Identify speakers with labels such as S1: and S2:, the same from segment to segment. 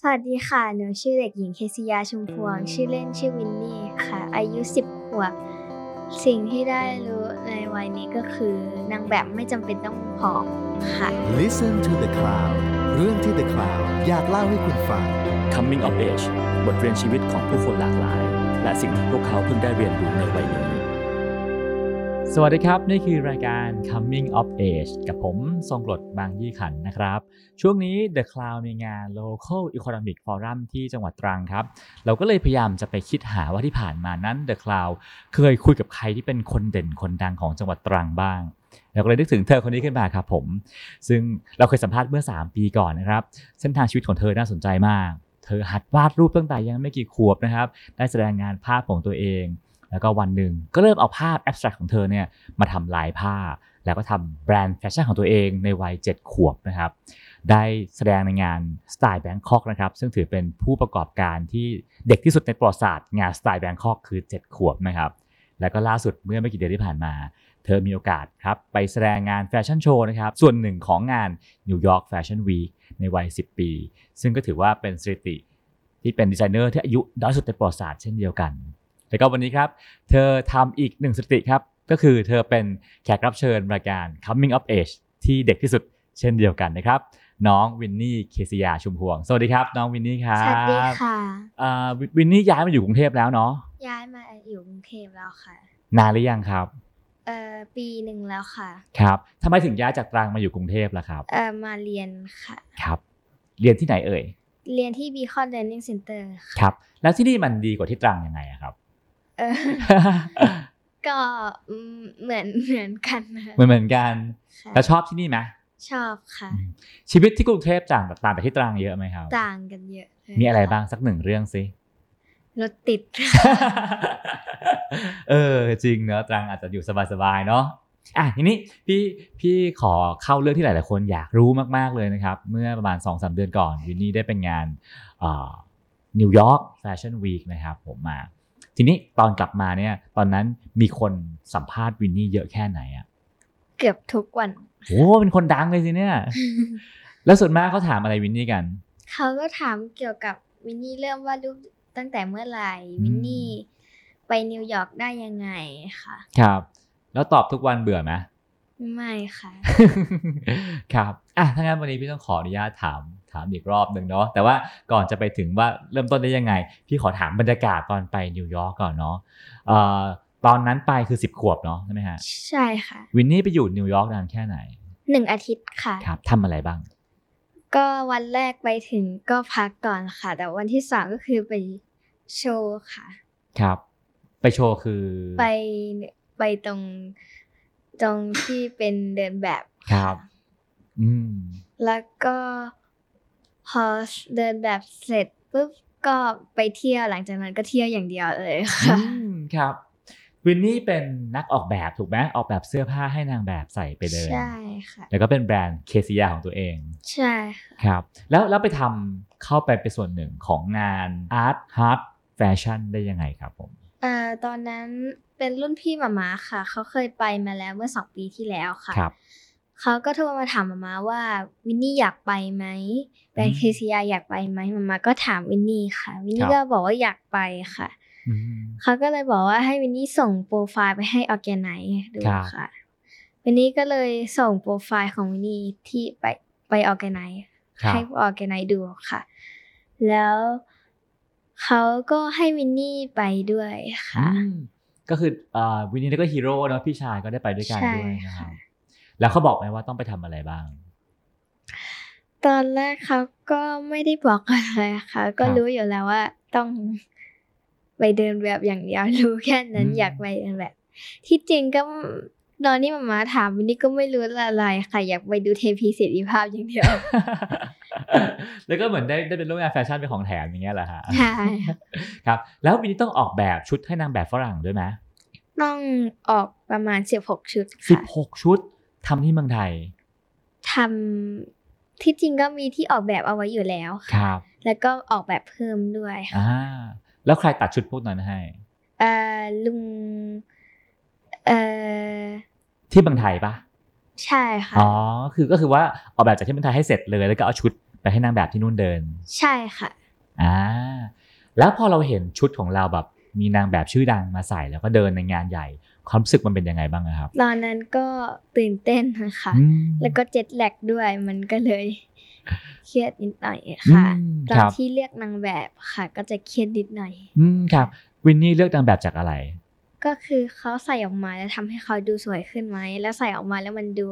S1: สวัสดีค่ะ หนูชื่อเด็กหญิงเคซิยาชุมพวง ชื่อเล่นชื่อวินนี่ค่ะ อายุ 10 ขวบ สิ่งที่ได้รู้ในวัยนี้ก็คือนางแบบไม่จำเป็นต้องผอมค่ะ
S2: Listen to the Cloud เรื่องที่ The Cloud อยากเล่าให้คุณฟัง
S3: Coming of Age บทเรียนชีวิตของผู้คนหลากหลาย และสิ่งที่พวกเขาเพิ่งได้เรียนรู้ในวัยนี้ สวัสดีครับ นี่คือรายการ Coming of Age กับผมทรงกรดบางยี่ขันนะครับ ช่วงนี้ The Cloud มีงาน Local Economic Forum ที่จังหวัดตรังครับ เราก็เลยพยายามจะไปคิดหาว่าที่ผ่านมานั้น The Cloud เคยคุยกับใครที่เป็นคนเด่นคนดังของจังหวัดตรังบ้าง เราก็เลยนึกถึงเธอคนนี้ขึ้นมาครับผม ซึ่งเราเคยสัมภาษณ์เมื่อ 3 ปีก่อนนะครับ เส้นทางชีวิตของเธอน่าสนใจมาก เธอหัดวาดรูปตั้งแต่ยังไม่กี่ขวบนะครับ ได้แสดงงานภาพของตัวเอง แล้วก็วันหนึ่งก็เริ่มเอาภาพแอบสแตรกของเธอเนี่ยมาทำลายผ้า แล้วก็ทำแบรนด์แฟชั่นของตัวเองในวัย 7 ขวบนะครับ ได้แสดงในงานสไตล์แบงคอกนะครับ ซึ่งถือเป็นผู้ประกอบการที่เด็กที่สุดในประวัติศาสตร์งานสไตล์แบงคอกคือ 7 ขวบนะครับ แล้วก็ล่าสุดเมื่อไม่กี่เดือนที่ผ่านมา เธอมีโอกาสครับไปแสดงงานแฟชั่นโชว์นะครับ ส่วนหนึ่งของงานนิวยอร์กแฟชั่นวีคในวัย 10 ปี ซึ่งก็ถือว่าเป็นสถิติที่เป็นดีไซเนอร์ที่อายุน้อยสุดในประวัติศาสตร์เช่นเดียวกัน แล้วก็วันนี้ครับ เธอทำอีกหนึ่งสถิติครับ ก็คือเธอเป็นแขกรับเชิญรายการ Coming of Age ที่เด็กที่สุดเช่นเดียวกันนะครับ น้องวินนี่เคสยาชุมพวง สวัสดีครับ น้องวินนี่ครั
S1: ส
S3: บ
S1: วัสดีค่ะ
S3: อ่าวิวินนี่ย้ายมาอยู่กรุงเทพแล้วเนาะ
S1: ย้ายมาอยู่กรุงเทพแล้วค่ะ
S3: นานหรือยังครับ
S1: เอ่อปีหนึ่งแล้วค่ะ
S3: ครับทำไมถึงย้ายจากตรังมาอยู่กรุงเทพล่ะครับ
S1: เอ่อมาเรียนค่ะ
S3: ครับ เรียนที่ไหนเอ่ย
S1: เรียนที่ Beacon Learning Center ค่ะ
S3: ครับ แล้วที่นี่มันดีกว่าที่ตรังยังไงอะครับ
S1: เอ่ อ ก็อืมเหมือนเหมือนกันนะ
S3: เหมือนเหมือนกัน
S1: ค่ะ
S3: แล้วชอบที่นี่ไหม
S1: ชอบค่ะ
S3: อืมชีวิตที่กรุงเทพต่างต่างจากที่ตรังเยอะไหมครับ
S1: ต่างกันเยอะเลย
S3: มีอะไร
S1: ค่
S3: บ้างสักหนึ่งเรื่องสิ
S1: รถติด
S3: เออจริงเนอะตรังอาจจะอยู่สบายๆเนาะอ่ะทีนี้พี่พี่ขอเข้าเรื่องที่หลายๆคนอยากรู้มากๆเลยนะครับ เมื่อประมาณ2อสเดือนก่อนวินนี่ได้เป็นงานนิวยอร์กแฟชั่นวีคนะครับผมมา ทีนี้ตอนกลับมาเนี่ยตอนนั้นมีคนสัมภาษณ์วินนี่เยอะแค่ไหนอะ่ะ
S1: เกือบทุกวัน
S3: โอ้เป็นคนดังเลยสิเนี่ย แล้วส่วนมากเขาถามอะไรวินนี่กัน
S1: เขาก็ถามเกี่ยวกับวินนี่เริ่มวาดรูปตั้งแต่เมื่อไหร่
S3: อืม
S1: วินนี่ไปนิวยอร์กได้ยังไงค่ะ
S3: ครับ แล้วตอบทุกวันเบื่อไหม
S1: ไม่ค่ะ
S3: ครับอ่ะถ้างั้นวันนี้พี่ต้องขออนุญาตถามถามอีกรอบหนึ่งเนาะ แต่ว่าก่อนจะไปถึงว่าเริ่มต้นได้ยังไง พี่ขอถามบรรยากาศตอนไปนิวยอร์กก่อนเนาะเอ่อตอนนั้นไปคือ 10 ขวบเนาะใช่ไหมฮะ
S1: ใช่ค่ะ
S3: วินนี่ไปอยู่นิวยอร์กนานแค่ไหน
S1: หนึ่งอาทิตย์ค่ะ
S3: ครับทำอะไรบ้าง
S1: ก็วันแรกไปถึงก็พักก่อนค่ะ แต่วันที่สองก็คือไปโชว์ค่ะ
S3: ครับ ไปโชว์คือ
S1: ไปไปตรงตรงที่เป็นเดินแบบะ
S3: ครับ อืม
S1: แล้วก็พอเดินแบบเสร็จปุ๊บก็ไปเที่ยวหลังจากนั้นก็เที่ยวอย่างเดียวเลยค่ะ
S3: อืมครับ วินนี่เป็นนักออกแบบถูกไหมออกแบบเสื้อผ้าให้นางแบบใส่ไปเดิน
S1: ใช่ค่ะ
S3: แล้วก็เป็นแบรนด์เคซียาของตัวเอง
S1: ใช่ค่ะ
S3: ครับแล้วแล้วไปทำเข้าไปเป็นส่วนหนึ่งของงานอาร์ตฮาร์ดแฟชั่นได้ยังไงครับผม
S1: เอ่อตอนนั้นเป็นรุ่นพี่หมามาค่ะ เขาเคยไปมาแล้วเมื่อสองปีที่แล้วค่ะ
S3: ครับ
S1: เขาก็โทรมาถามหมามาว่าวินนี่อยากไปไหมแบรน
S3: อื
S1: ด์
S3: ม
S1: เคซียอยากไปไหมหมามาก็ถามวินนี่ค่ะ วิน
S3: ครั
S1: นี่
S3: บ
S1: ก็บอกว่าอยากไปค่ะ
S3: อืม
S1: เขาก็เลยบอกว่าให้วินนี่ส่งโปรไฟล์ไปให้ออแกไนดู
S3: ครับ
S1: ค่ะ วินนี่ก็เลยส่งโปรไฟล์ของวินนี่ที่ไปไปออแกไน
S3: ครับ
S1: ให้ออร์แกไนซ์ดูค่ะ แล้วเขาก็ให้วินนี่ไปด้วย
S3: อื
S1: ค่ะ
S3: มก็คือเอ่อวินนี่แล้วก็ฮีโร่เนาะพี่ชายก็ได้ไปด้วยกัน
S1: ใช่
S3: ด้วยนะครับ
S1: ค่ะ
S3: แล้วเขาบอกไหมว่าต้องไปทำอะไรบ้าง
S1: ตอนแรกเขาก็ไม่ได้บอกอะไรค่ะ ก็
S3: ครับ
S1: รู้อยู่แล้วว่าต้องไปเดินแบบอย่างเดียวรู้แค่นั้น
S3: อืม
S1: อยากไปเดินแบบ ที่จริงก็ตอนที่มามาถามวินนี่ก็ไม่รู้อะไรค่ะ อยากไปดูเทพีเสรีภาพอย่างเดี ยว
S3: แล้วก็เหมือนได้ได้เป็นร่วมงานแฟชั่นเป็นของแถมอย่างเงี้ยเหรอฮะ
S1: ใช่ค่ะ
S3: ครับแล้ววินนี่ต้องออกแบบชุดให้นางแบบฝรั่งด้วยไหม
S1: ต้องออกประมาณสิบหกชุด
S3: สิบ
S1: ค่ะ
S3: หกชุดทำที่เมืองไทย
S1: ทำที่จริงก็มีที่ออกแบบเอาไว้อยู่แล้ว
S3: ค
S1: ค่ะ
S3: รับ
S1: แล้วก็ออกแบบเพิ่มด้วยค่ะ
S3: อ่าแล้วใครตัดชุดพวกนั้นให้
S1: เอ่อลุงเอ่อ
S3: ที่เมืองไทยปะ
S1: ใช่ค่ะ
S3: อ๋อ คือก็คือว่าออกแบบจากที่เมืองไทยให้เสร็จเลย แล้วก็เอาชุด ไปให้นางแบบที่นู่นเดิน
S1: ใช่ค่ะ
S3: อ่า แล้วพอเราเห็นชุดของเราแบบมีนางแบบชื่อดังมาใส่แล้วก็เดินในงานใหญ่ ความรู้สึกมันเป็นยังไงบ้างอะครับ
S1: ตอนนั้นก็ตื่นเต้นนะคะ
S3: อืม
S1: แล้วก็เจ็ตแลกด้วยมันก็เลย เครียดนิดหน่อยค่ะ
S3: อืม
S1: ตอ
S3: คน รับ
S1: ที่เลือกนางแบบค่ะ ก็จะเครียดนิดหน่อย
S3: อืมครับ วินนี่เลือกนางแบบจากอะไร
S1: ก็คือเขาใส่ออกมาแล้วทำให้เขาดูสวยขึ้นไหม แล้วใส่ออกมาแล้วมันดู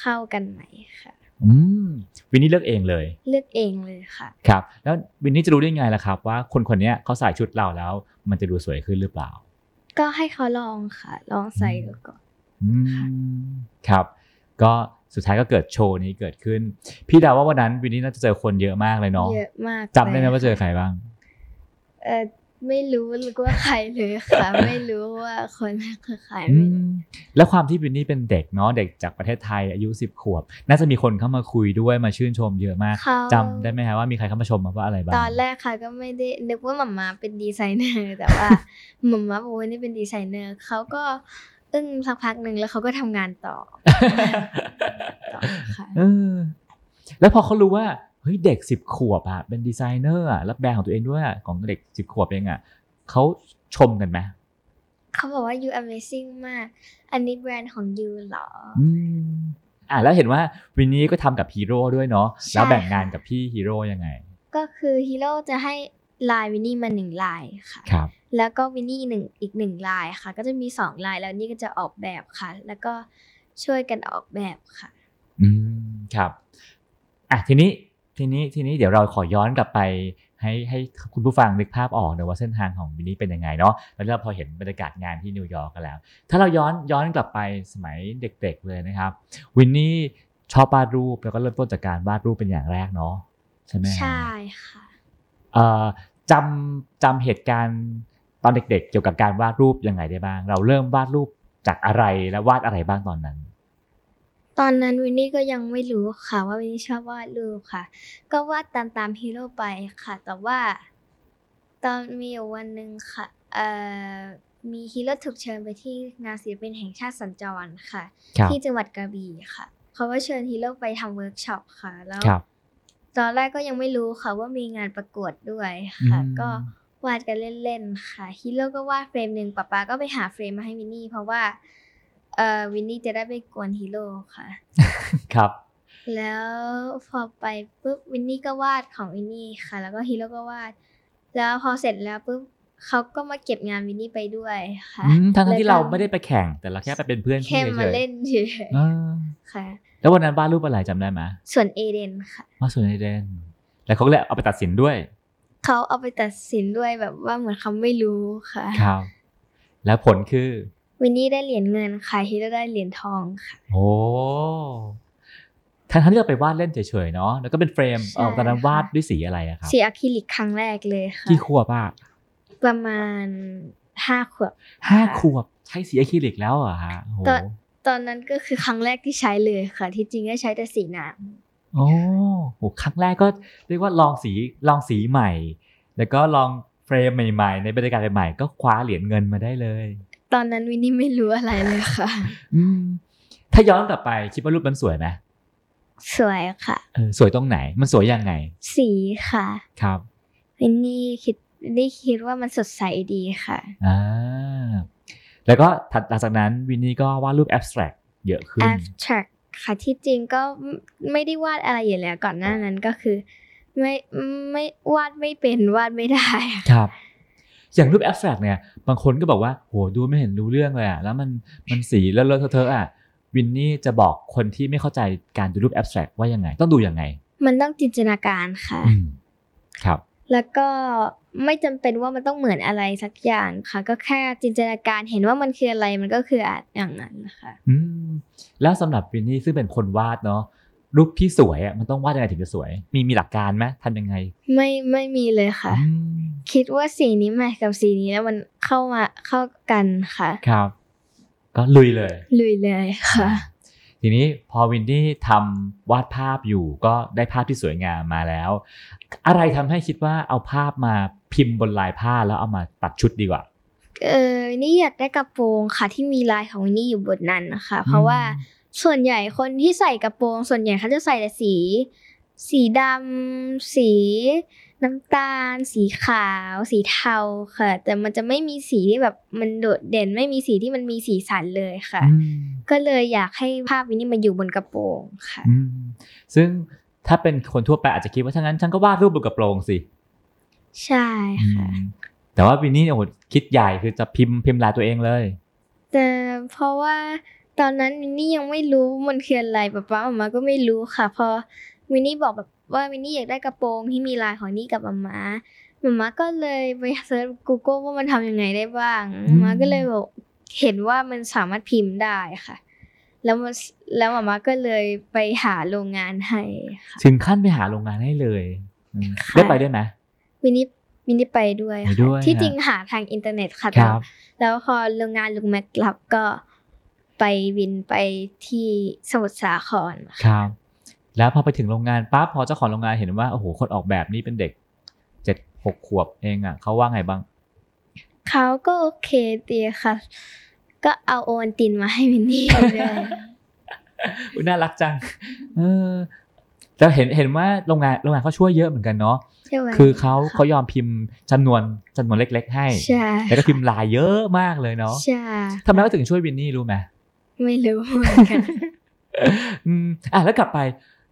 S1: เข้ากันไหมค่ะ
S3: อืมวินนี่เลือกเองเลย
S1: เลือกเองเลยค่ะ
S3: ครับ แล้ววินนี่จะรู้ได้ไงล่ะครับ ว่าคนคนเนี้ยเขาใส่ชุดเราแล้ว มันจะดูสวยขึ้นหรือเปล่า
S1: ก็ให้เขาลองค่ะ ลองใส่ดูก่อน
S3: อืมครับ ก็สุดท้ายก็เกิดโชว์นี้เกิดขึ้น พี่เดาว่าวันนั้นวินนี่น่าจะเจอคนเยอะมากเลยเนาะ
S1: เยอะมาก
S3: จำได้ไหม
S1: ลย
S3: ว่าเจอใครบ้าง
S1: เออไม่รู้ว่าใครเลย ค่ะ ไม่รู้ว่าคนนั้นคือใคร
S3: อื
S1: ไม่รู้
S3: มแล้วความที่วินนี่เป็นเด็กเนาะเด็กจากประเทศไทยอายุ 10 ขวบ น่าจะมีคนเข้ามาคุยด้วยมาชื่นชมเยอะมาก
S1: เขา
S3: จำได้ไหมฮะว่ามีใครเข้ามาชมมาว่าอะไรบ้าง
S1: ตอนแรกค่ะก็ไม่ได้นึกว่าหม่ามาเป็นดีไซเนอร์ แต่ว่าหม่ามาบอกว่านี่เป็นดีไซเนอร์เขาก็อึ้งสักพักหนึ่งแล้วเขาก็ทำงาน ต่อต่อค่ะ
S3: เออแล้วพอเขารู้ว่าเฮ้ยเด็ก 10 ขวบอะเป็นดีไซเนอร์อะรับแบรนด์ของตัวเองด้วยอะของเด็ก 10 ขวบเองอะเขาชมกันไหม
S1: เขาบอกว่า you amazing มาก อันนี้แบรนด์ของ you เหรอ
S3: อืมอ่ะแล้วเห็นว่าวินนี่ก็ทำกับฮีโร่ด้วยเนาะ
S1: ใช่
S3: แล้วแบ่งงานกับพี่ฮีโร่ยังไง
S1: ก็คือฮีโร่จะให้ลายวินนี่มาหนึ่งลายค่ะ
S3: ครับ
S1: แล้วก็วินนี่หนึ่งอีกหนึ่งลายค่ะ ก็จะมีสองลายแล้วนี่ก็จะออกแบบค่ะ แล้วก็ช่วยกันออกแบบค่ะ
S3: อืมครับอ่ะทีนี้ทีนี้ทีนี้เดี๋ยวเราขอย้อนกลับไป ให้ให้คุณผู้ฟังนึกภาพออกนะว่าเส้นทางของวินนี่เป็นยังไงเนาะแล้วเราพอเห็นบรรยากาศงานที่นิวยอร์กกันแล้ว ถ้าเราย้อนย้อนกลับไปสมัยเด็กๆเลยนะครับ วินนี่ชอบวาดรูปแล้วก็เริ่มต้นจากการวาดรูปเป็นอย่างแรกเนาะใช่ไหมฮะ
S1: ใช่ค่ะ
S3: เอ่อจำจำเหตุการณ์ตอนเด็กๆ เกี่ยวกับการวาดรูปยังไงได้บ้าง เราเริ่มวาดรูปจากอะไรและวาดอะไรบ้างตอนนั้น
S1: ตอนนั้นวินนี่ก็ยังไม่รู้ค่ะ ว่าวินนี่ชอบวาดรูปค่ะ ก็วาดตามตามฮีโร่ไปค่ะ แต่ว่า ตอนมีอยู่วันหนึ่งค่ะเอ่อมีฮีโร่ถูกเชิญไปที่งานศิลปินแห่งชาติสัญจรค่ะ
S3: ครับ
S1: ที่จังหวัดกระบี่ค่ะ เขาก็เชิญฮีโร่ไปทำเวิร์กช็อปค่ะ แล้ว
S3: ครับ
S1: ตอนแรกก็ยังไม่รู้ค่ะว่ามีงานประกวดด้วยค่ะ
S3: อืม
S1: ก็วาดกันเล่นๆค่ะฮีโร่ก็วาดเฟรมหนึ่งป๊าป๊าก็ไปหาเฟรมมาให้วินนี่ เพราะว่าเอ่อวินนี่จะได้ไปกวนฮีโร่ค่ะ
S3: ครับ
S1: แล้วพอไปปุ๊บวินนี่ก็วาดของวินนี่ค่ะ แล้วก็ฮีโร่ก็วาด แล้วพอเสร็จแล้วปุ๊บเขาก็มาเก็บงานวินนี่ไปด้วยค่ะ
S3: อืมทั้งๆที่เราไม่ได้
S1: แล้ว
S3: ไปแข่ง แต่เราแค่ไปเป็นเพื่อน
S1: ก็
S3: พี่
S1: แค่
S3: เฉ
S1: มาย เล่นเฉย
S3: ๆอ่า
S1: ๆค่ะ
S3: แล้ววันนั้นวาดรูปอะไรจำได้ไหม
S1: ส่วนเอเดนค่ะ
S3: วาดสวนไอเดนแล้วเขาก็เลยเอาไปตัดสินด้วย
S1: เขาเอาไปตัดสินด้วยแบบว่าเหมือนเขาไม่รู้ค่ะ
S3: ครับ แล้วผลคือ
S1: วินนี่ได้เหรียญเงินค่ะฮิโร่ได้เหรียญทองค่ะ
S3: โอ้ทั้งๆที่เราไปวาดเล่นเฉยๆเนาะแล้วก็เป็นเฟรมเออ
S1: ใช่
S3: ตอนนั้น
S1: ค่ะ
S3: วาดด้วยสีอะไรอะครับ
S1: สีอะคริลิกครั้งแรกเลยค่ะ
S3: กี่ขวบอะ
S1: ประมาณห้าขวบ
S3: ห้า
S1: ค่ะ
S3: ขวบใช้สีอะคริลิกแล้วเหรอฮะโอ้โห
S1: ตอน ตอนนั้นก็คือครั้งแรกที่ใช้เลยค่ะ ที่จริงก็ใช้แต่สีน้
S3: โอ้โหครั้งแรกก็เรียกว่าลองสีลองสีใหม่ แล้วก็ลองเฟรมใหม่ๆ ในบรรยากาศใหม่ๆ ก็คว้าเหรียญเงินมาได้เลย
S1: ำตอนนั้นวินนี่ไม่รู้อะไรเลยค่ะ
S3: อืม ถ้าย้อนกลับไปคิดว่ารูปมันสวยไหม
S1: สวยค่ะ
S3: เออสวยตรงไหน มันสวยยังไง
S1: สีค่ะ
S3: ครับ
S1: วินนี่คิดวินนี่คิดว่ามันสดใสดีค่ะ
S3: อ่าแล้วก็ถัดหลังจากนั้นวินนี่ก็วาดรูปแอบสแตรกเยอะขึ้น
S1: abstract ค่ะที่จริงก็ไม่ไม่ได้วาดอะไรอยู่แล้วก่อนหน้านั้นก็คือ ไม่ไม่วาดไม่เป็นวาดไม่ได้อะ
S3: ครับ อย่างรูปแอบสแตรกเนี่ย บางคนก็บอกว่า โห ดูไม่เห็นรู้เรื่องเลยอะแล้วมัน มันสีเลอะเลอะเทอะเทอะอะวินนี่จะบอกคนที่ไม่เข้าใจการดูรูปแอบสแตรกว่ายังไง ต้องดูยังไง
S1: มันต้องจินตนาการค่ะ
S3: อืมครับ
S1: แล้วก็ไม่จำเป็นว่ามันต้องเหมือนอะไรสักอย่างค่ะ ก็แค่จินตนาการเห็นว่ามันคืออะไรมันก็คืออะอย่างนั้นนะคะ
S3: อืม แล้วสำหรับวินนี่ซึ่งเป็นคนวาดเนาะรูปที่สวยอะมันต้องวาดยังไงถึงจะสวย มีมีหลักการไหมทำยังไง
S1: ไม่ไม่มีเลยค่ะ
S3: อืม
S1: คิดว่าสีนี้แมทกับสีนี้แล้วมันเข้ามาเข้ากันค่ะ
S3: ครับ ก็ลุยเลย
S1: ลุยเลยค่ะ
S3: ทีนี้พอวินนี่ทำวาดภาพอยู่ก็ได้ภาพที่สวยงามมาแล้ว อะไรทำให้คิดว่าเอาภาพมาพิมพ์บนลายผ้าแล้วเอามาตัดชุดดีกว่า
S1: เออวินนี่อยากได้กระโปรงค่ะ ที่มีลายของวินนี่อยู่บนนั้นนะคะ เพราะว่าส่วนใหญ่คนที่ใส่กระโปรง ส่วนใหญ่เขาจะใส่แต่สี สีดำ สีน้ำตาล สีขาว สีเทาค่ะ แต่มันจะไม่มีสีที่แบบมันโดดเด่นไม่มีสีที่มันมีสีสันเลยค่ะ
S3: อืม
S1: ก็เลยอยากให้ภาพวินนี่มาอยู่บนกระโปรงค่ะ
S3: อืมซึ่งถ้าเป็นคนทั่วไปอาจจะคิดว่าถ้างั้นฉันก็วาดรูปบนกระโปรงสิ
S1: ใช่ค่ะ
S3: อืมแต่ว่าวินนี่โอ้โหคิดใหญ่คือจะพิมพ์พิมพ์ลายตัวเองเลย
S1: แต่เพราะว่าตอนนั้นวินนี่ยังไม่รู้มันคืออะไรป๊าป๊าหมามาก็ไม่รู้ค่ะ พอวินนี่บอกแบบว่าวินนี่อยากได้กระโปรงที่มีลายของนี่กับมามาหมามาก็เลยไปเซิร์ช Google ว่ามันทำยังไงได้บ้าง
S3: อืม
S1: หมามาก็เลยบอกเห็นว่ามันสามารถพิมพ์ได้ค่ะ แล้วมันแล้วหมามาก็เลยไปหาโรงงานให้ค่ะ
S3: ถึงขั้นไปหาโรงงานให้เลยอืม
S1: ค่ะ
S3: ได้ไปได้วยไหม
S1: วินนี่วินนี่ไปด้วย
S3: ไป
S1: ค่ะ
S3: ด้วย
S1: ที่
S3: ฮะ
S1: จริงหาทางอินเทอร์เน็ตค่ะ
S3: ค
S1: แต่
S3: รับ
S1: แล้วพอโรงงานลุงแม็กรับก็ไปวินไปที่สมุทรสาครค่ะ
S3: ครับ แล้วพอไปถึงโรงงานปั๊บพอเจ้าของโรงงานเห็นว่าโอ้โหคนออกแบบนี่เป็นเด็กเจ็ดหกขวบเองอ่ะเขาว่าไงบ้าง
S1: เขาก็โอเคดีค่ะ ก็เอาโอวัลตินมาให้วิน นี่ด้วย
S3: อุ๊ยน่ารักจังเออแล้วเห็นเห็นว่าโรงงานโรงงานเขาช่วยเยอะเหมือนกันเนาะ
S1: ใช่ไหม
S3: คือเขาเขายอมพิมพ์จำนวนจำนวนเล็ก ๆ ให้
S1: ใช่
S3: แล้วก็พิมพ์ลายเยอะมากเลยเนาะ
S1: ใช่
S3: ทำไมเขาถึงช่วยวินนี่รู้ไหม
S1: ไม่รู้เหมือนกัน
S3: อืมอ่ะแล้วกลับไป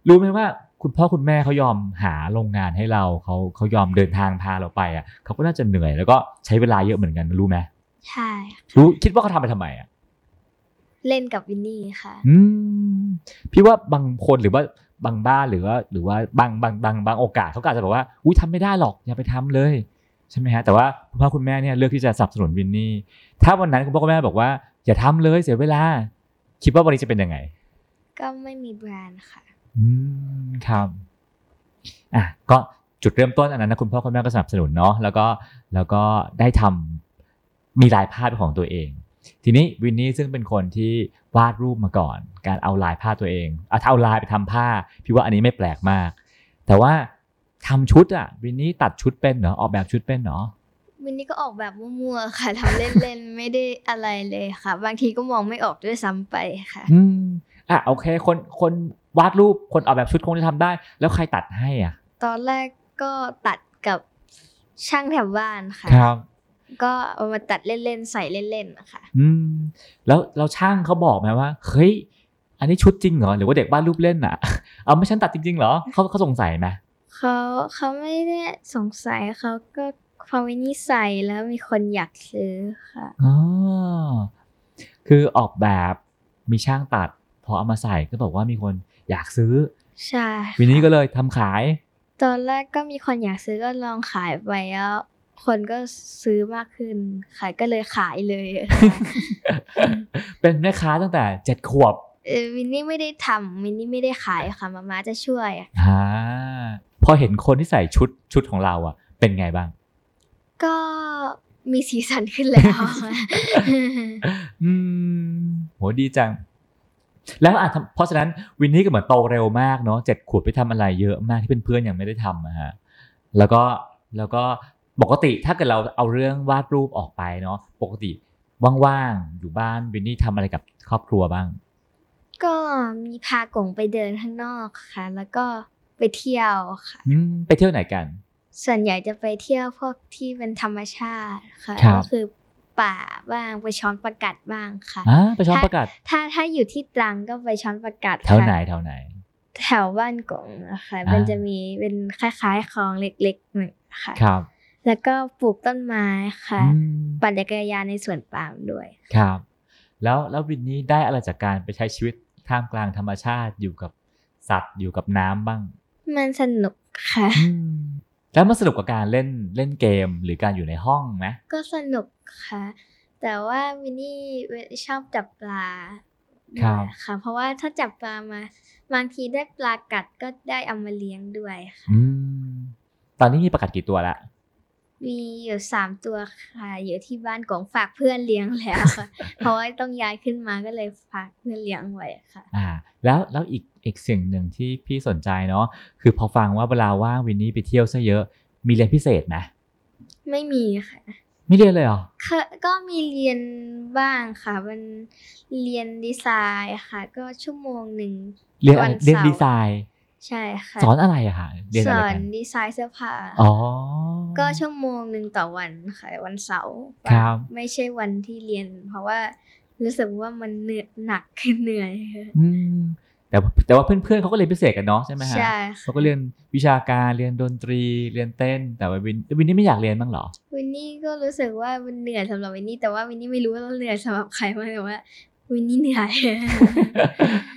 S3: รู้ไหมว่า คุณพ่อคุณแม่เขายอมหาโรงงานให้เราเขาเขายอมเดินทางพาเราไปอ่ะเขาก็น่าจะเหนื่อยแล้วก็ใช้เวลาเยอะเหมือนกันรู้ไหม
S1: ใช่
S3: รู้คิดว่าเขาทำไปทำไมอ่ะ
S1: เล่นกับวินนี่ค่ะ
S3: อืม พี่ว่าบางคนหรือว่าบางบ้านหรือว่า หรือว่าบางบางบางบางโอกาสเขาก็อาจจะบอกว่าอุ้ยทำไม่ได้หรอกอย่าไปทำเลยใช่ไหมฮะแต่ว่าคุณพ่อคุณแม่เนี่ยเลือกที่จะสนับสนุนวินนี่ ถ้าวันนั้นคุณพ่อคุณแม่บอกว่า อย่าทำเลยเสียเวลา คิดว่าวันนี้จะเป็นยังไง
S1: ก็ไม่มีแบรนด์ค่ะ
S3: อืมครับอ่ะก็จุดเริ่มต้นอันนั้นนะคุณพ่อคุณแม่ก็สนับสนุนเนาะแล้วก็แล้วก็ได้ทำมีลายภาพเป็นของตัวเอง ทีนี้วินนี่ซึ่งเป็นคนที่วาดรูปมาก่อน การเอาลายผ้าตัวเองเอาถ้าเอาลายไปทำผ้า พี่ว่าอันนี้ไม่แปลกมาก แต่ว่าทำชุดอะวินนี่ตัดชุดเป็นเหรอออกแบบชุดเป็นเหรอ
S1: วินนี่ก็ออกแบบมั่วๆค่ะทำเล่นๆไม่ได้อะไรเลยค่ะ บางทีก็มองไม่ออกด้วยซ้ำไปค่ะ
S3: อืมอ่ะโอเค คนคนวาดรูปคนออกแบบชุดคงจะทำได้ แล้วใครตัดให้อ่ะ
S1: ตอนแรกก็ตัดกับช่างแถวบ้านค่ะ
S3: ครับ
S1: ก็เอามาตัดเล่นๆ ใส่เล่นๆนะคะ
S3: อืมแล้วเราช่างเขาบอกไหมว่าเฮ้ยอันนี้ชุดจริงเหรอหรือว่าเด็กบ้านรูปเล่นอ่ะ เอาไม่ฉันตัดจริงๆเหรอเขาเขาสงสัยไหม
S1: เขาเขาไม่ได้สงสัยเขาก็พอวินนี่ใส่แล้วมีคนอยากซื้อค่ะ
S3: อ๋อคือออกแบบมีช่างตัด พอเอามาใส่ก็บอกว่ามีคนอยากซื้อ
S1: ใช่ค่ะ
S3: วินนี้ก็เลยทำขาย
S1: ตอนแรกก็มีคนอยากซื้อก็ลองขายไปแล้ว คนก็ซื้อมากขึ้นขายก็เลยขาย เลยค่ะ
S3: เป็นแม่ค้าตั้งแต่เจ็ดขวบ
S1: เออวินนี่ไม่ได้ทำวินนี่ไม่ได้ขายค่ะมาม่าจะช่วย
S3: อ่าพอเห็นคนที่ใส่ชุดชุดของเราอ่ะ เป็นไงบ้าง
S1: ก็มีสีสันขึ้นแล้ว ค่ะ
S3: อืมโหดีจัง แล้วอ่ะทำเพราะฉะนั้นวินนี่ก็เหมือนโตเร็วมากเนาะเจ็ดขวบไปทำอะไรเยอะมากที่เพื่อนๆยังไม่ได้ทำนะฮะแล้วก็แล้วก็ปกติถ้าเกิดเราเอาเรื่องวาดรูปออกไปเนาะปกติว่างๆอยู่บ้านวินนี่ทำอะไรกับครอบครัวบ้าง
S1: ก็มีพากงไปเดินข้างนอกค่ะ แล้วก็ไปเที่ยวค่ะ
S3: อืมไปเที่ยวไหนกัน
S1: ส่วนใหญ่จะไปเที่ยวพวกที่เป็นธรรมชาติค่ะ
S3: ครับ
S1: ก็คือป่าบ้างไปช้อนประกัดบ้างค่ะ
S3: อ่าไปช้อมประกาศ
S1: ถ้าถ้าอยู่ที่ตรังก็ไปช้อนประกัด
S3: แถวไหน
S1: ค่ะ
S3: แถวไหน
S1: แถวบ้านกงนะคะ
S3: อ่ามั
S1: มันจะมีเป็นคล้ายๆคลองเล็กๆหนึ่งค่ะ
S3: ครับ
S1: แล้วก็ปลูกต้นไม้ค่ะ
S3: อืม
S1: ปั่นจักรยานในสวนปาล์มด้วย
S3: ครับ แล้วแล้ววินนี่ได้อะไรจากการไปใช้ชีวิตท่ามกลางธรรมชาติอยู่กับสัตว์อยู่กับน้ำบ้าง
S1: มันสนุกค่ะ
S3: แล้วมันสนุกกับการเล่นเล่นเกมหรือการอยู่ในห้องไหม
S1: ก็สนุกค่ะ แต่ว่าวินนี่เวชอบจับปลาด้วยค่ะ เพราะว่าถ้าจับปลามาบางทีได้ปลากัดก็ได้เอามาเลี้ยงด้วยค่ะ
S3: ตอนนี้มีประกาศกี่ตัวละ
S1: มีอยู่สามตัวค่ะ อยู่ที่บ้านของฝากเพื่อนเลี้ยงแล้วค่ะ เพราะว่าต้องย้ายขึ้นมาก็เลยฝากเพื่อนเลี้ยงไว้ค่ะ
S3: อ่า แล้วแล้วอีกอีกสิ่งหนึ่งที่พี่สนใจเนาะคือพอฟังว่าเวลาว่างวินนี่ไปเที่ยวซะเยอะมีเรียนพิเศษไหม
S1: ไม่มีค่ะ
S3: ไม่เรียนเลยเหรอ
S1: ก็ก็มีเรียนบ้างค่ะ มันเรียนดีไซน์ค่ะ ก็ชั่วโมงหนึ่ง
S3: เรียนอะไร
S1: วันเสาร์
S3: เรียนดีไซน์
S1: ใช่ค่ะ
S3: สอนอะไรอะคะเรียน
S1: ส
S3: อะไร
S1: อน
S3: กัน
S1: ดีไซน์เสื้อผ้า
S3: อ๋อ
S1: ก็ชั่วโมงหนึ่งต่อวันค่ะวันเสาร์
S3: ครับ
S1: ไม่ใช่วันที่เรียน เพราะว่ารู้สึกว่ามันเหนื่อยหนัก เหนื่อยค่ะ
S3: อืมแต่ว่าแต่ว่าเพื่อนๆเขาก็เรียนพิเศษกันเนาะใช่ไหมฮะ
S1: ใช่ค่ะ
S3: เขาก็เรียนวิชาการเรียนดนตรีเรียนเต้น แต่ว่าวินวินนี่ไม่อยากเรียนบ้างเหรอ
S1: วินนี่ก็รู้สึกว่ามันเหนื่อยสำหรับวินนี่แต่ว่าวินนี่ไม่รู้ว่าเราเหนื่อยสำหรับใครมากแต่ว่าวินนี่เหนื่ อย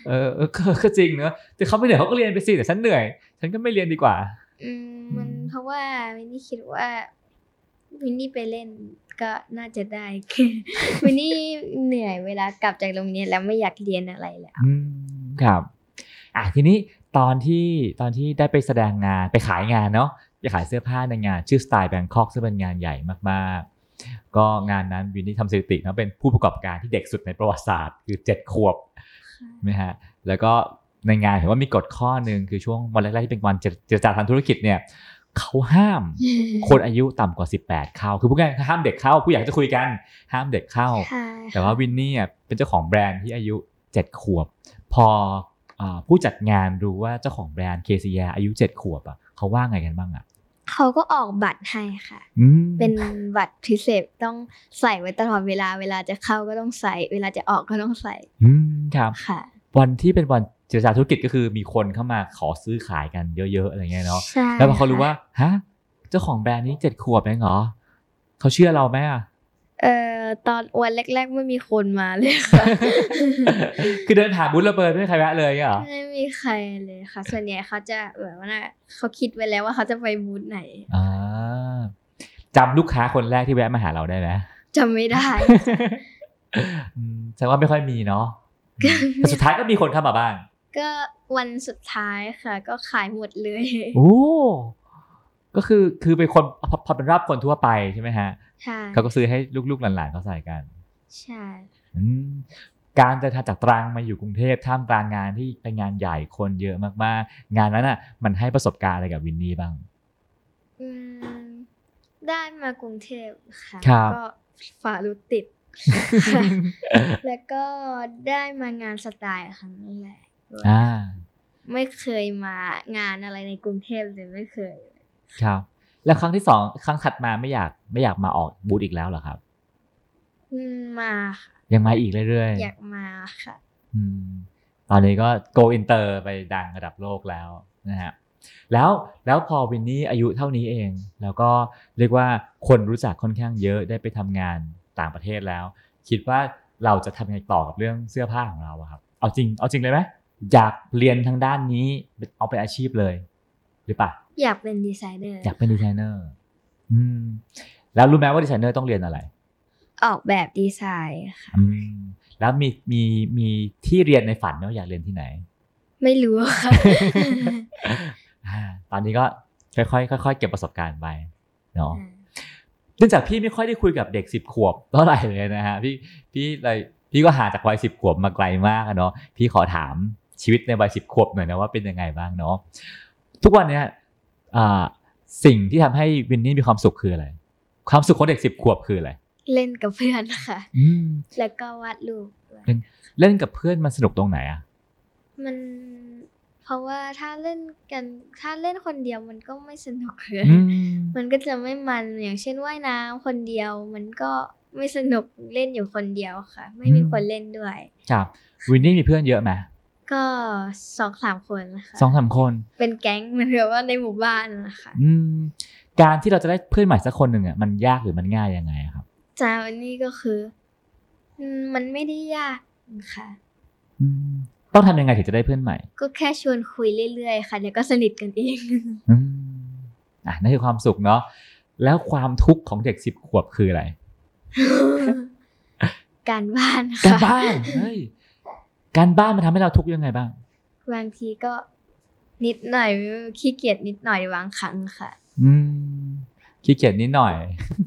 S3: เออเออ ก็ก็จริงเนอะแต่เขาไม่เหนื่อยเขาก็เรียนไปสิแต่ฉันเหนื่อย ฉันก็ไม่เรียนดีกว่า
S1: อืมมัน
S3: อืม
S1: เพราะว่าวินนี่คิดว่าวินนี่ไปเล่นก็น่าจะได้ วินนี่เหนื่อยเวลากลับจากโรงเรียนแล้วไม่อยากเรียนอะไรแล้ว
S3: อืมครับ อ่ะทีนี้ตอนที่ตอนที่ได้ไปแสดงงานไปขายงานเนาะไปขายเสื้อผ้าในงาน ชื่อสไตล์แบงคอกซึ่งเป็นงานใหญ่มากๆ ก็งานนั้นวินนี่ทำสถิตินะเป็นผู้ประกอบการที่เด็กสุดในประวัติศาสตร์คือ7ขวบ นะฮะแล้วก็ในงานเห็นว่ามีกฎข้อหนึ่งคือช่วงวันแรกๆที่เป็นวันเจรเจรจาทางธุรกิจเนี่ยเขาห้ามคนอายุต่ำกว่า 18 เข้า คือพูดง่ายๆห้ามเด็กเข้าผู้ใหญ่ก็จะคุยกันห้ามเด็กเข้า
S1: ใช่
S3: แต่ว่าวินนี่อ่ะเป็นเจ้าของแบรนด์ที่อายุ 7 ขวบ พออ่าผู้จัดงานรู้ว่าเจ้าของแบรนด์เคซียอายุ 7 ขวบอ่ะเขาว่าไงกันบ้างอ่ะ
S1: เขาก็ออกบัตรให้ค่ะ
S3: อืม
S1: เป็นบัตรพิเศษต้องใส่ไว้ตลอดเวลาเวลาจะเข้าก็ต้องใส่ เวลาจะออกก็ต้องใส่
S3: อืมครับ
S1: ค่ะ
S3: วันที่เป็นวันเจรจาธุรกิจก็คือมีคนเข้ามาขอซื้อขายกันเยอะๆอะไรเงี้ยเนาะ
S1: ใช่
S3: แล้วพอเขารู้
S1: ค่ะ
S3: ว่าฮะเจ้าของแบรนด์นี้เจ็ดขวบเองเหรอเขาเชื่อเราไหมอ่ะ
S1: เอ่อตอนวันแรก ๆ ไม่มีคนมาเลยค่ะ
S3: คือเดินผ่านบูธระเบิดไม่มีใครแวะเลยเหรอ
S1: ไม่มีใครเลยค่ะ ส่วนใหญ่เขาจะแบบว่าเขาคิดไว้แล้วว่าเขาจะไปบูธไหน
S3: อ่าจำลูกค้าคนแรกที่แวะมาหาเรา ได้ไหม
S1: จำไม่ได้
S3: อืมแสดงว่าไม่ค่อยมีเนา ะอืมแต่สุดท้ายก็มีคนเข้ามาบ้าง
S1: ก็วันสุดท้ายค่ะ ก็ขายหมดเลย
S3: โอ้ก็คือคือเป็นคนพอพอเป็นรับคนทั่วไปใช่ไหมฮะ
S1: ใช่
S3: เขาก็ซื้อให้ลูกๆหลานๆเขาใส่กัน
S1: ใช่
S3: อืมการเดินทางจากตรังมาอยู่กรุงเทพท่ามกลางงานที่เป็นงานใหญ่คนเยอะมากๆ งานนั้นอ่ะ มันให้ประสบการณ์อะไรกับวินนี่บ้าง
S1: อืมได้มากรุงเทพค่ะ
S3: ครับ
S1: ก็ฝ่ารถติด แล้วก็ได้มางานสไตล์ครั้งแรกด้วย
S3: อ่า
S1: ไม่เคยมางานอะไรในกรุงเทพเลยไม่เคย
S3: ครับ แล้วครั้งที่สองครั้งถัดมาไม่อยากไม่อยากมาออกบูธอีกแล้วเหรอครับ
S1: อืมมาค่ะ
S3: ยังมาอีกเรื่อย
S1: อยากมาค่ะ
S3: ๆอืมตอนนี้ก็ go inter ไปดังระดับโลกแล้วนะฮะแล้วแล้วพอวินนี่อายุเท่านี้เอง แล้วก็เรียกว่าคนรู้จักค่อนข้างเยอะได้ไปทำงานต่างประเทศแล้ว คิดว่าเราจะทำยังไงต่อกับเรื่องเสื้อผ้าของเราอะครับ เอาจริง เอาจริงเลยไหมอยากเรียนทางด้านนี้เอาเป็นอาชีพเลย หรือเปล่า
S1: อยากเป็นดีไซเนอร์
S3: อยากเป็นดีไซเนอร์ อืม แล้วรู้ไหมว่าดีไซเนอร์ต้องเรียนอะไร
S1: ออกแบบดีไซน์ค่ะ
S3: อืม แล้วมีมีมีที่เรียนในฝันไหมว่าอยากเรียนที่ไหน
S1: ไม่รู้ค่ะ
S3: อ่าตอนนี้ก็ค่อยๆค่อยๆเก็บประสบการณ์ไปเนาะ เนื่องจากพี่ไม่ค่อยได้คุยกับเด็กสิบขวบเท่าไหร่เลยนะฮะพี่พี่เลยพี่ก็หาจากวัยสิบขวบมาไกลมากอะเนาะพี่ขอถามชีวิตในวัยสิบขวบหน่อยนะว่าเป็นยังไงบ้างเนาะทุกวันเนี้ยอ่าสิ่งที่ทำให้วินนี่มีความสุขคืออะไร ความสุขของเด็กสิบขวบคืออะไร
S1: เล่นกับเพื่อนค่ะ
S3: อืม
S1: แล้วก็วาดรูปด้วย
S3: เล่นกับเพื่อนมันสนุกตรงไหนอะ
S1: มัน เพราะว่าถ้าเล่นกัน ถ้าเล่นคนเดียวมันก็ไม่สนุกเลย
S3: อืม
S1: มันก็จะไม่มัน อย่างเช่นว่ายน้ำคนเดียว มันก็ไม่สนุกเล่นอยู่คนเดียวค่ะ ไม่มีคนเล่นด้วย
S3: ครับวินนี่มีเพื่อนเยอะไหม
S1: ก็สองสามคนนะคะ
S3: สองสามคน
S1: เป็นแก๊งเหมือนกับว่าในหมู่บ้านนะคะ
S3: อืมการที่เราจะได้เพื่อนใหม่สักคนหนึ่งอะมันยากหรือมันง่ายยังไงอะครับ
S1: จาวันนี้ก็คืออืมมันไม่ได้ยากค่ะ
S3: อืมต้องทำยังไงถึงจะได้เพื่อนใหม่
S1: ก็แค่ชวนคุยเรื่อยๆ ค่ะเดี๋ยวก็สนิทกันเอง
S3: อืมอ่ะนั่นคือความสุขเนาะแล้วความทุกข์ของเด็กสิบขวบคืออะไร
S1: การบ้าน
S3: การ
S1: ค่ะ
S3: บ้านเฮ้ยการบ้านมันทำให้เราทุกข์ยังไงบ้าง
S1: บางทีก็นิดหน่อยขี้เกียจนิดหน่อยบางครั้งค่ะ
S3: อืมขี้เกียจนิดหน่อย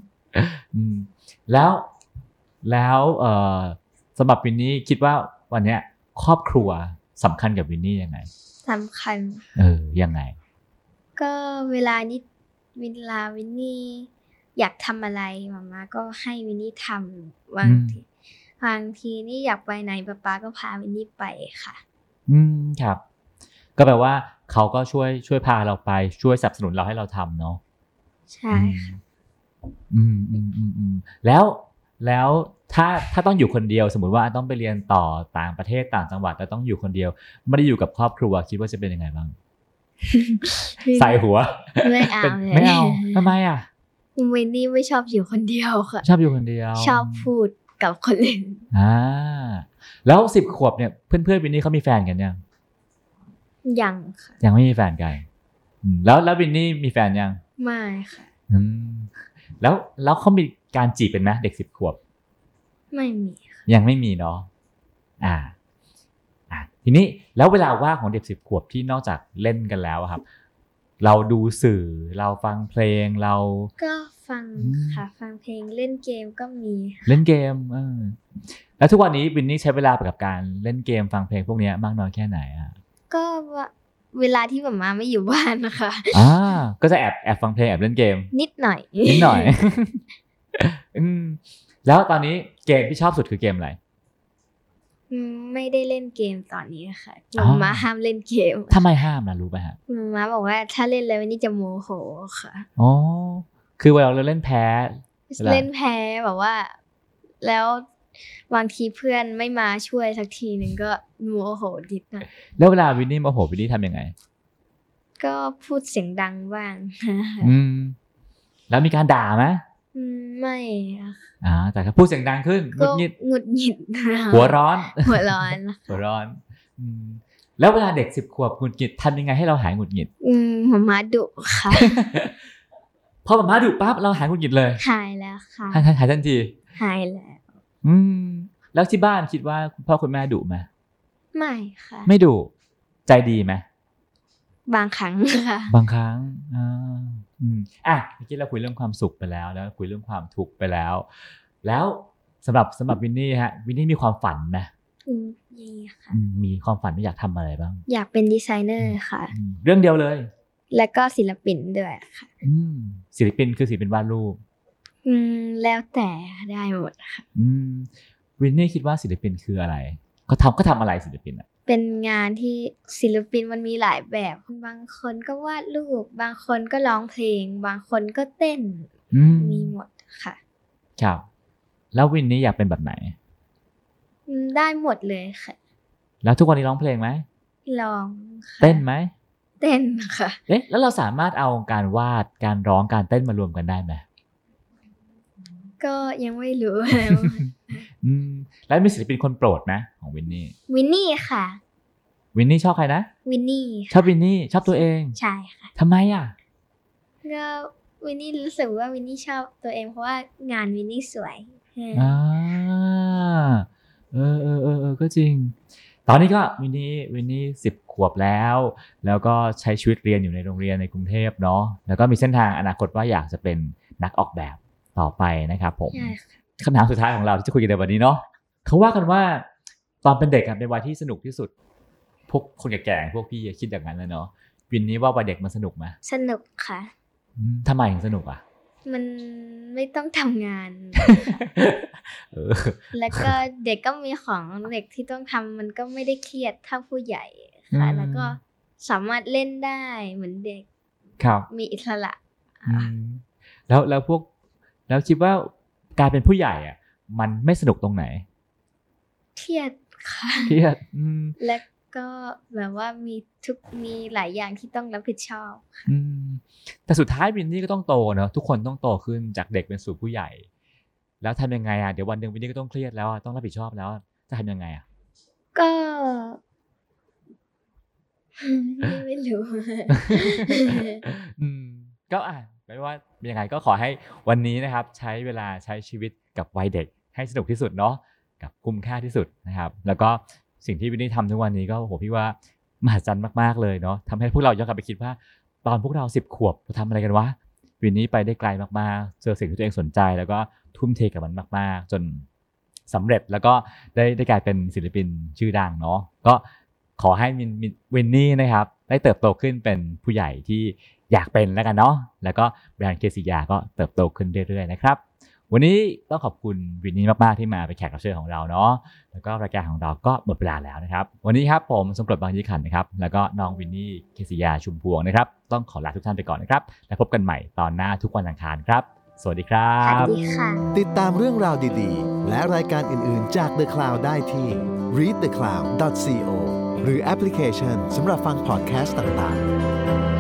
S3: อืมแล้วแล้วเอ่อสำหรับวินนี่คิดว่าวันเนี้ย ครอบครัวสำคัญกับวินนี่ยังไง
S1: สำคัญ
S3: เออยังไง
S1: ก็เวลานิดเวลาวินนี่อยากทำอะไรมาม่าก็ให้วินนี่ทำบาง
S3: อืม
S1: ทีบางทีนี่อยากไปไหนป๊าป๊าก็พาวินนี่ไปค่ะ
S3: อืมครับ ก็แปลว่าเขาก็ช่วยช่วยพาเราไปช่วยสนับสนุนเราให้เราทำเนาะ
S1: ใช่ค่ะ
S3: อืมอืมอืมอืมแล้วแล้วถ้าถ้าต้องอยู่คนเดียวสมมติว่าต้องไปเรียนต่อต่างประเทศต่างจังหวัดแล้วต้องอยู่คนเดียว ไม่ได้อยู่กับครอบครัวคิดว่าจะเป็นยังไงบ้างใส่หัว
S1: ไม่เอา
S3: เป็น
S1: ลย
S3: ไม่เอาทำไมอ่ะ
S1: วินนี่ไม่ชอบอยู่คนเดียวค่ะ
S3: ชอบอยู่คนเดียว
S1: ชอบพูดกับคนอื่น
S3: อ่าแล้วสิบขวบเนี่ยเพื่อนเพื่อนๆวินนี่เขามีแฟนกันยัง
S1: ยังค่ะ
S3: ยังไม่มีแฟนกันอืมแล้วแล้ววินนี่มีแฟนยัง
S1: ไม่ค่ะ
S3: อืมแล้วแล้วเขามีการจีบเป็นไหมเด็กสิบขวบ
S1: ไม่มีค่ะ
S3: ยังไม่มีเนาะ อ่า อ่า ทีนี้แล้วเวลาว่างของเด็กสิบขวบที่นอกจากเล่นกันแล้วอะครับ เราดูสื่อ เราฟังเพลง เรา
S1: ก็ฟัง
S3: อืม
S1: ค่ะ ฟังเพลงเล่นเกมก็มี
S3: เล่นเกมเออแล้วทุกวันนี้วินนี่ใช้เวลาไปกับการเล่นเกมฟังเพลงพวกเนี้ยมากน้อยแค่ไหนอ่ะ
S1: ก็ว่าเวลาที่แบบมาไม่อยู่บ้านนะคะ
S3: อ่า ก็จะแอบแอบฟังเพลงแอบเล่นเกม
S1: นิดหน่อย
S3: นิดหน่อย อืมแล้วตอนนี้เกมที่ชอบสุดคือเกมอะไร
S1: อืมไม่ได้เล่นเกมตอนนี้ค่ะ
S3: อ๋อ
S1: มาห้ามเล่นเกม
S3: ทำไมห้ามนะรู้ไหมฮะ
S1: มาบอกว่าถ้าเล่นแล้วนี่จะโมโหค่ะ
S3: อ๋อ คือเวลาเราเล่นแพ้ เวลา
S1: เล่นแพ้แบบว่า แล้วบางทีเพื่อนไม่มาช่วยสักทีหนึ่งก็โมโหนิดหน่อย
S3: แล้วเวลาวินนี่โมโหวินนี่ทำยังไง
S1: ก็พูดเสียงดังบ้าง
S3: อืม แล้วมีการด่าไหม
S1: อืมไม่อะค่ะ
S3: อ่า แต่ก็พูดเสียงดังขึ้นงุ
S1: ก็
S3: ดงิด
S1: หงุดหงิดนะคะ
S3: หัวร้อน
S1: หัวร้อน
S3: หัวร้อน อืม แล้วเวลาเด็กสิบขวบหงุดหงิดทำยังไงให้เราหายหงุดหงิด
S1: อืมหมามาดุ ค่ะ
S3: พอหมามาดุปั๊บเราหายหงุดหงิดเลย
S1: หายแล้วค่ะ
S3: หายหายหายทันที
S1: หายแล้ว
S3: อืม แล้วที่บ้านคิดว่าคุณพ่อคุณแม่ดุไหม
S1: ไม่ค่ะ
S3: ไม่ดุใจดีไหม
S1: บางครั้งค่ะ
S3: บางครั้งอ่าอืมอ่ะเมื่อกี้เราคุยเรื่องความสุขไปแล้วแล้ว คุยเรื่องความทุกข์ไปแล้ว แล้วสำหรับสำหรับวินนี่ฮะ วินนี่มีความฝันไหม
S1: อืมนี่ค่ะ
S3: อืมมีความฝันว่าอยากทำอะไรบ้าง
S1: อยากเป็นดีไซเนอร์ค่ะ
S3: อืมเรื่องเดียวเลย
S1: แล้วก็ศิลปินด้วยค่ะ
S3: อืมศิลปินคือศิลปินวาดรูป
S1: อืมแล้วแต่ได้หมดค่ะ
S3: อืมวินนี่คิดว่าศิลปินคืออะไรเขาทำเขาทำอะไรศิลปินอ่ะ
S1: เป็นงานที่ศิลปินมันมีหลายแบบ บางคนก็วาดรูป บางคนก็ร้องเพลง บางคนก็เต้น
S3: อืม
S1: มีหมดค่ะ
S3: ครับ แล้ววินนี่อยากเป็นแบบไหน
S1: อืมได้หมดเลยค่ะ
S3: แล้วทุกวันนี้ร้องเพลงไหม
S1: ลองค่ะ
S3: เต้นไหม
S1: เต้นค่ะ
S3: เอ๊ะแล้วเราสามารถเอาการวาดการร้องการเต้นมารวมกันได้ไหม
S1: ก็ยังไม่รู้
S3: อืมแล้วมีศิลปินคนโปรดนะของวินนี่
S1: วินนี่ค่ะ
S3: วินนี่ชอบใครนะ
S1: วินนี่
S3: ชอบวินนี่ชอบตัวเอง
S1: ใช่ค่ะ
S3: ทำไมอ่ะ
S1: ก็วินนี่รู้สึกว่าวินนี่ชอบตัวเองเพราะว่างานวินนี่สวย
S3: อ่าเออเออเออเออก็จริง ตอนนี้ก็วินนี่วินนี่สิบขวบแล้ว แล้วก็ใช้ชีวิตเรียนอยู่ในโรงเรียนในกรุงเทพเนาะแล้วก็มีเส้นทางอนาคตว่าอยากจะเป็นนักออกแบบต่อไปนะครับผม
S1: ใช่ค่ะ
S3: คำถามสุดท้ายของเราที่จะคุยกันในวันนี้เนาะเขาว่ากันว่าตอนเป็นเด็กอะเป็นวัยที่สนุกที่สุด พวกคนแก่ๆพวกพี่อะคิดอย่างนั้นเลยเนาะวินนี่ว่าวัยเด็กมันสนุกไหม
S1: สนุกค่ะ
S3: อืมทำไมถึงสนุกอะ
S1: มันไม่ต้องทำงาน
S3: เออ
S1: แล้วก็เด็กก็มีของเด็กที่ต้องทำมันก็ไม่ได้เครียดเท่าผู้ใหญ่ค่ะ
S3: อืม
S1: แล้วก็สามารถเล่นได้เหมือนเด็ก
S3: ครับ
S1: มีอิสระ
S3: อืมแล้วแล้วพวกแล้วคิดว่าการเป็นผู้ใหญ่อ่ะ มันไม่สนุกตรงไหน
S1: เครียดค่ะ
S3: เครียดอืม
S1: แล้วก็แบบว่ามีทุกมีหลายอย่างที่ต้องรับผิดชอบ
S3: อืมแต่สุดท้ายวินนี่ก็ต้องโตเนอะทุกคนต้องโตขึ้นจากเด็กเป็นสู่ผู้ใหญ่ แล้วทำยังไงอ่ะเดี๋ยววันหนึ่งวินนี่ก็ต้องเครียดแล้วอะต้องรับผิดชอบแล้วอะจะทำยังไงอ่ะ
S1: ก็ ไม่ รู้
S3: อืมก็อ่ะไม่ว่ายังไงก็ขอให้วันนี้นะครับ ใช้เวลาใช้ชีวิตกับวัยเด็ก ให้สนุกที่สุดเนาะกับคุ้มค่าที่สุดนะครับ แล้วก็สิ่งที่วินนี่ทำทุกวันนี้ก็โอ้โหพี่ว่ามหัศจรรย์มากๆเลยเนาะทำให้พวกเราย้อนกลับไปคิดว่า ตอนพวกเราสิบขวบเราทำอะไรกันวะวินนี่ไปได้ไกลมากๆ เจอสิ่งที่ตัวเองสนใจ แล้วก็ทุ่มเทกับมันมาก ๆ จนสำเร็จแล้วก็ได้ได้กลายเป็นศิลปินชื่อดังเนาะก็ขอให้มินมินวินนี่นะครับ ได้เติบโตขึ้นเป็นผู้ใหญ่ที่อยากเป็นแล้วกันเนาะแล้วก็แบรนด์เคซียาก็เติบโตขึ้นเรื่อย ๆ นะครับ วันนี้ต้องขอบคุณวินนี่มาก ๆ ที่มาเป็นแขกรับเชิญของเราเนาะ แล้วก็รายการของเราก็หมดเวลาแล้วนะครับ วันนี้ครับผมสมกรดบางยี่ขันธ์นะครับ แล้วก็น้องวินนี่เคสิยาชุมพวงนะครับ ต้องขอลาทุกท่านไปก่อนนะครับ แล้วพบกันใหม่ตอนหน้าทุกวันอังคารครับ สวัสดีครั
S1: สวัส
S3: บ
S1: ดีค่ะ
S2: ติดตามเรื่องราวดีๆ และรายการอื่นๆจาก The Cloud ได้ที่ readthecloud.co หรือแอปพลิเคชันสำหรับฟังพอดแคสต์ต่างๆ